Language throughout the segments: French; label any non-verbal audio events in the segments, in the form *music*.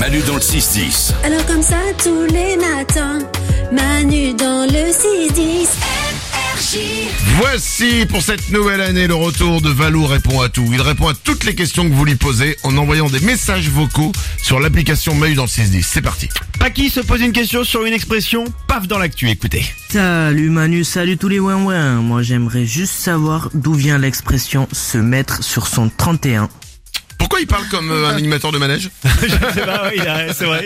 Manu dans le 6-10. Alors comme ça, tous les matins, Manu dans le 6-10. Voici pour cette nouvelle année le retour de Valou répond à tout. Il répond à toutes les questions que vous lui posez en envoyant des messages vocaux sur l'application Mail dans le 610. C'est parti. Paki se pose une question sur une expression, paf dans l'actu, *laughs* écoutez. Salut Manu, salut tous les ouin ouin. Moi j'aimerais juste savoir d'où vient l'expression se mettre sur son 31. Pourquoi il parle comme euh, un animateur de manège c'est vrai,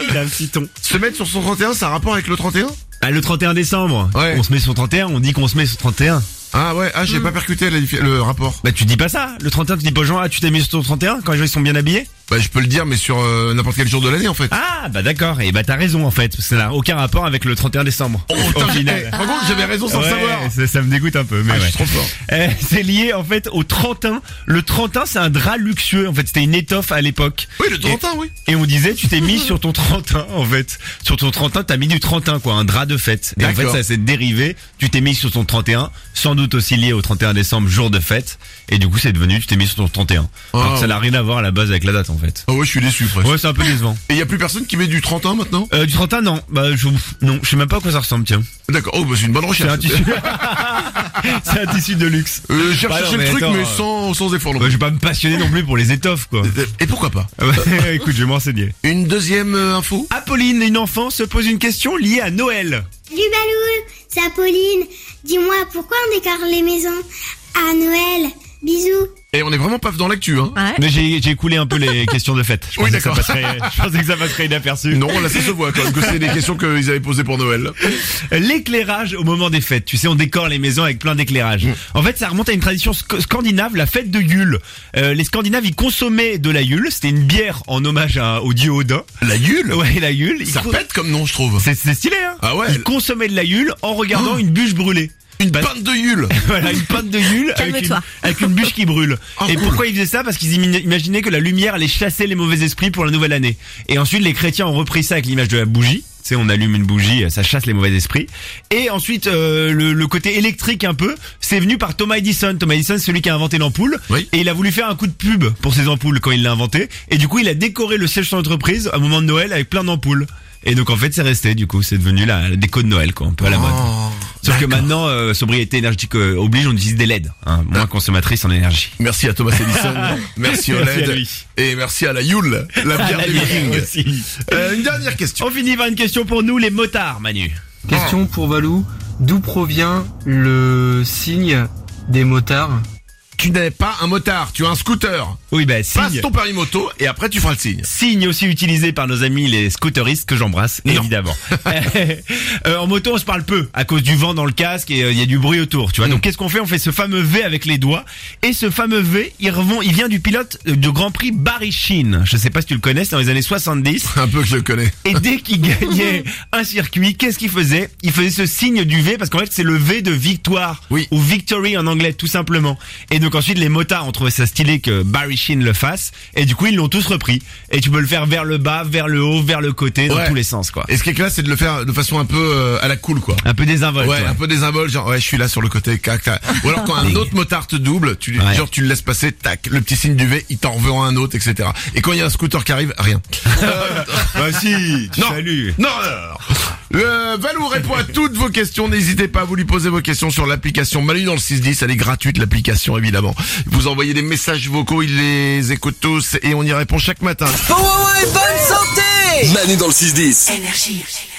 il a un petit ton. Se mettre sur son 31, ça a rapport avec le 31 Ah, le 31 décembre, Ouais. on se met sur 31, on dit qu'on se met sur 31. Ah ouais, ah j'ai pas percuté la diffi- le rapport. Bah tu dis pas ça, le 31 tu dis pas aux gens, ah tu t'es mis sur ton 31 quand les gens ils sont bien habillés Bah je peux le dire mais sur euh, n'importe quel jour de l'année en fait. Ah bah d'accord, et bah t'as raison en fait, parce que ça n'a aucun rapport avec le 31 décembre. putain, au j'ai- eh, final. par contre, j'avais raison sans le Ouais, savoir. ça, ça me dégoûte un peu, mais Ah, je ouais. suis trop fort. Eh, c'est lié en fait au 31. Le 31 c'est un drap luxueux, en fait c'était une étoffe à l'époque. Oui, le 31, oui. Et on disait tu t'es mis sur ton 31 en fait. Sur ton 31 t'as mis du 31 quoi, un drap de fête. Et en fait D'accord. ça s'est dérivé, tu t'es mis sur ton 31, sans doute aussi lié au 31 décembre, jour de fête. Et du coup c'est devenu tu t'es mis sur ton 31. Alors que Ah, ça n'a rien à voir à la base avec la date en fait. Ah ouais, je suis déçu presque. Ouais c'est un peu décevant. Et y a plus personne qui met du 31 maintenant Euh, du 31 non, bah je, non, je sais même pas à quoi ça ressemble tiens. D'accord. Oh, bah c'est une bonne C'est un recherche. tissu. *laughs* c'est un tissu de luxe. Euh, j'ai Bah non, recherché le mais truc attends, mais euh, sans sans effort. non Bah, je plus. vais pas me passionner non plus pour les étoffes *laughs* quoi. *laughs* Et pourquoi pas Ah bah, Écoute, je vais m'enseigner. Une deuxième euh, info Apolline, une enfant, se pose une question liée à Noël. Salut Balou, c'est Apolline. Dis-moi, pourquoi on décore les maisons à Noël Bisous. Et on est vraiment paf dans l'actu, hein Mais j'ai j'ai coulé un peu les *laughs* questions de fête. Je Oui, pensais que ça d'accord. passerait- Je pensais que ça passerait inaperçu. Non, là ça se voit quand même que c'est des questions qu'ils avaient posées pour Noël. L'éclairage au moment des fêtes. Tu sais, on décore les maisons avec plein d'éclairage. Mm. En fait, ça remonte à une tradition sc- scandinave, la fête de Yule. Euh, les Scandinaves, ils consommaient de la Yule. C'était une bière en hommage à- au dieu Odin. La Yule Ouais, la Yule. ils Ça co- pète comme nom, je trouve. C'est c'est stylé, hein Ah ouais. Oh. Ils consommaient de la Yule en regardant une bûche brûlée. Une Parce- pinte de Yule *laughs* voilà, une pinte de Yule avec une, Calme-toi. avec une bûche qui brûle. Oh, et cool. pourquoi ils faisaient ça Parce qu'ils imin- imaginaient que la lumière allait chasser les mauvais esprits pour la nouvelle année. Et ensuite, les chrétiens ont repris ça avec l'image de la bougie. Tu sais, on allume une bougie, euh, ça chasse les mauvais esprits. Et ensuite, euh, le, le côté électrique un peu, c'est venu par Thomas Edison. Thomas Edison, c'est celui qui a inventé l'ampoule. Oui. Et il a voulu faire un coup de pub pour ses ampoules quand il l'a inventé. Et du coup, il a décoré le siège de son entreprise à moment de Noël avec plein d'ampoules. Et donc en fait c'est resté du coup, c'est devenu la, la déco de Noël quoi, un peu à la mode. Oh. Sauf que maintenant, euh, sobriété énergétique euh, oblige, on utilise des LED, hein, moins consommatrice en énergie. Merci à Thomas Edison, merci au Merci LED, à lui. et merci à la Yule, la bière des Vikings. Euh, une dernière question. Ah, On finit par une question pour nous, les motards, Manu. Question pour Valou, d'où provient le signe des motards Tu n'es pas un motard, tu as un scooter. Oui, bah, Passe signe. ton permis moto et après tu feras le signe. Signe aussi utilisé par nos amis les scooteristes que j'embrasse, *laughs* évidemment. Euh, en moto, on se parle peu à cause du vent dans le casque et euh, il y a du bruit autour, tu vois. Donc qu'est-ce qu'on fait On fait ce fameux V avec les doigts et ce fameux V, il, revend, il vient du pilote euh, de Grand Prix Barry Sheen. Je sais pas si tu le connais, c'est dans les années 70. Un peu que je le connais. Et dès qu'il gagnait un circuit, qu'est-ce qu'il faisait Il faisait ce signe du V parce qu'en fait c'est le V de victoire Oui. ou victory en anglais tout simplement. Et donc ensuite les motards ont trouvé ça stylé que Barry Sheen le fasse et du coup ils l'ont tous repris. Et tu peux le faire vers le bas, vers le haut, vers le côté, dans Ouais. tous les sens quoi. Et ce qui est classe, c'est de le faire de façon un peu euh, à la cool, quoi. Un peu désinvolte. Ouais, ouais. un peu désinvolte, genre ouais, je suis là sur le côté, tac, tac. Ou alors quand un autre motard te double, tu lui- Ouais. genre tu le laisses passer, tac, le petit signe du V, il t'en reverra un autre, etc. Et quand il y a un scooter qui arrive, *laughs* rien. Ah, Bah si, tu Non. salues. Non, non, non. Euh, Valou répond à toutes vos questions. N'hésitez pas à vous lui poser vos questions sur l'application Manu dans le 610. Elle est gratuite, l'application, évidemment. Vous envoyez des messages vocaux, il les écoute tous et on y répond chaque matin. Bon, ouais, ouais, bonne santé Manu dans le 6-10. Énergie.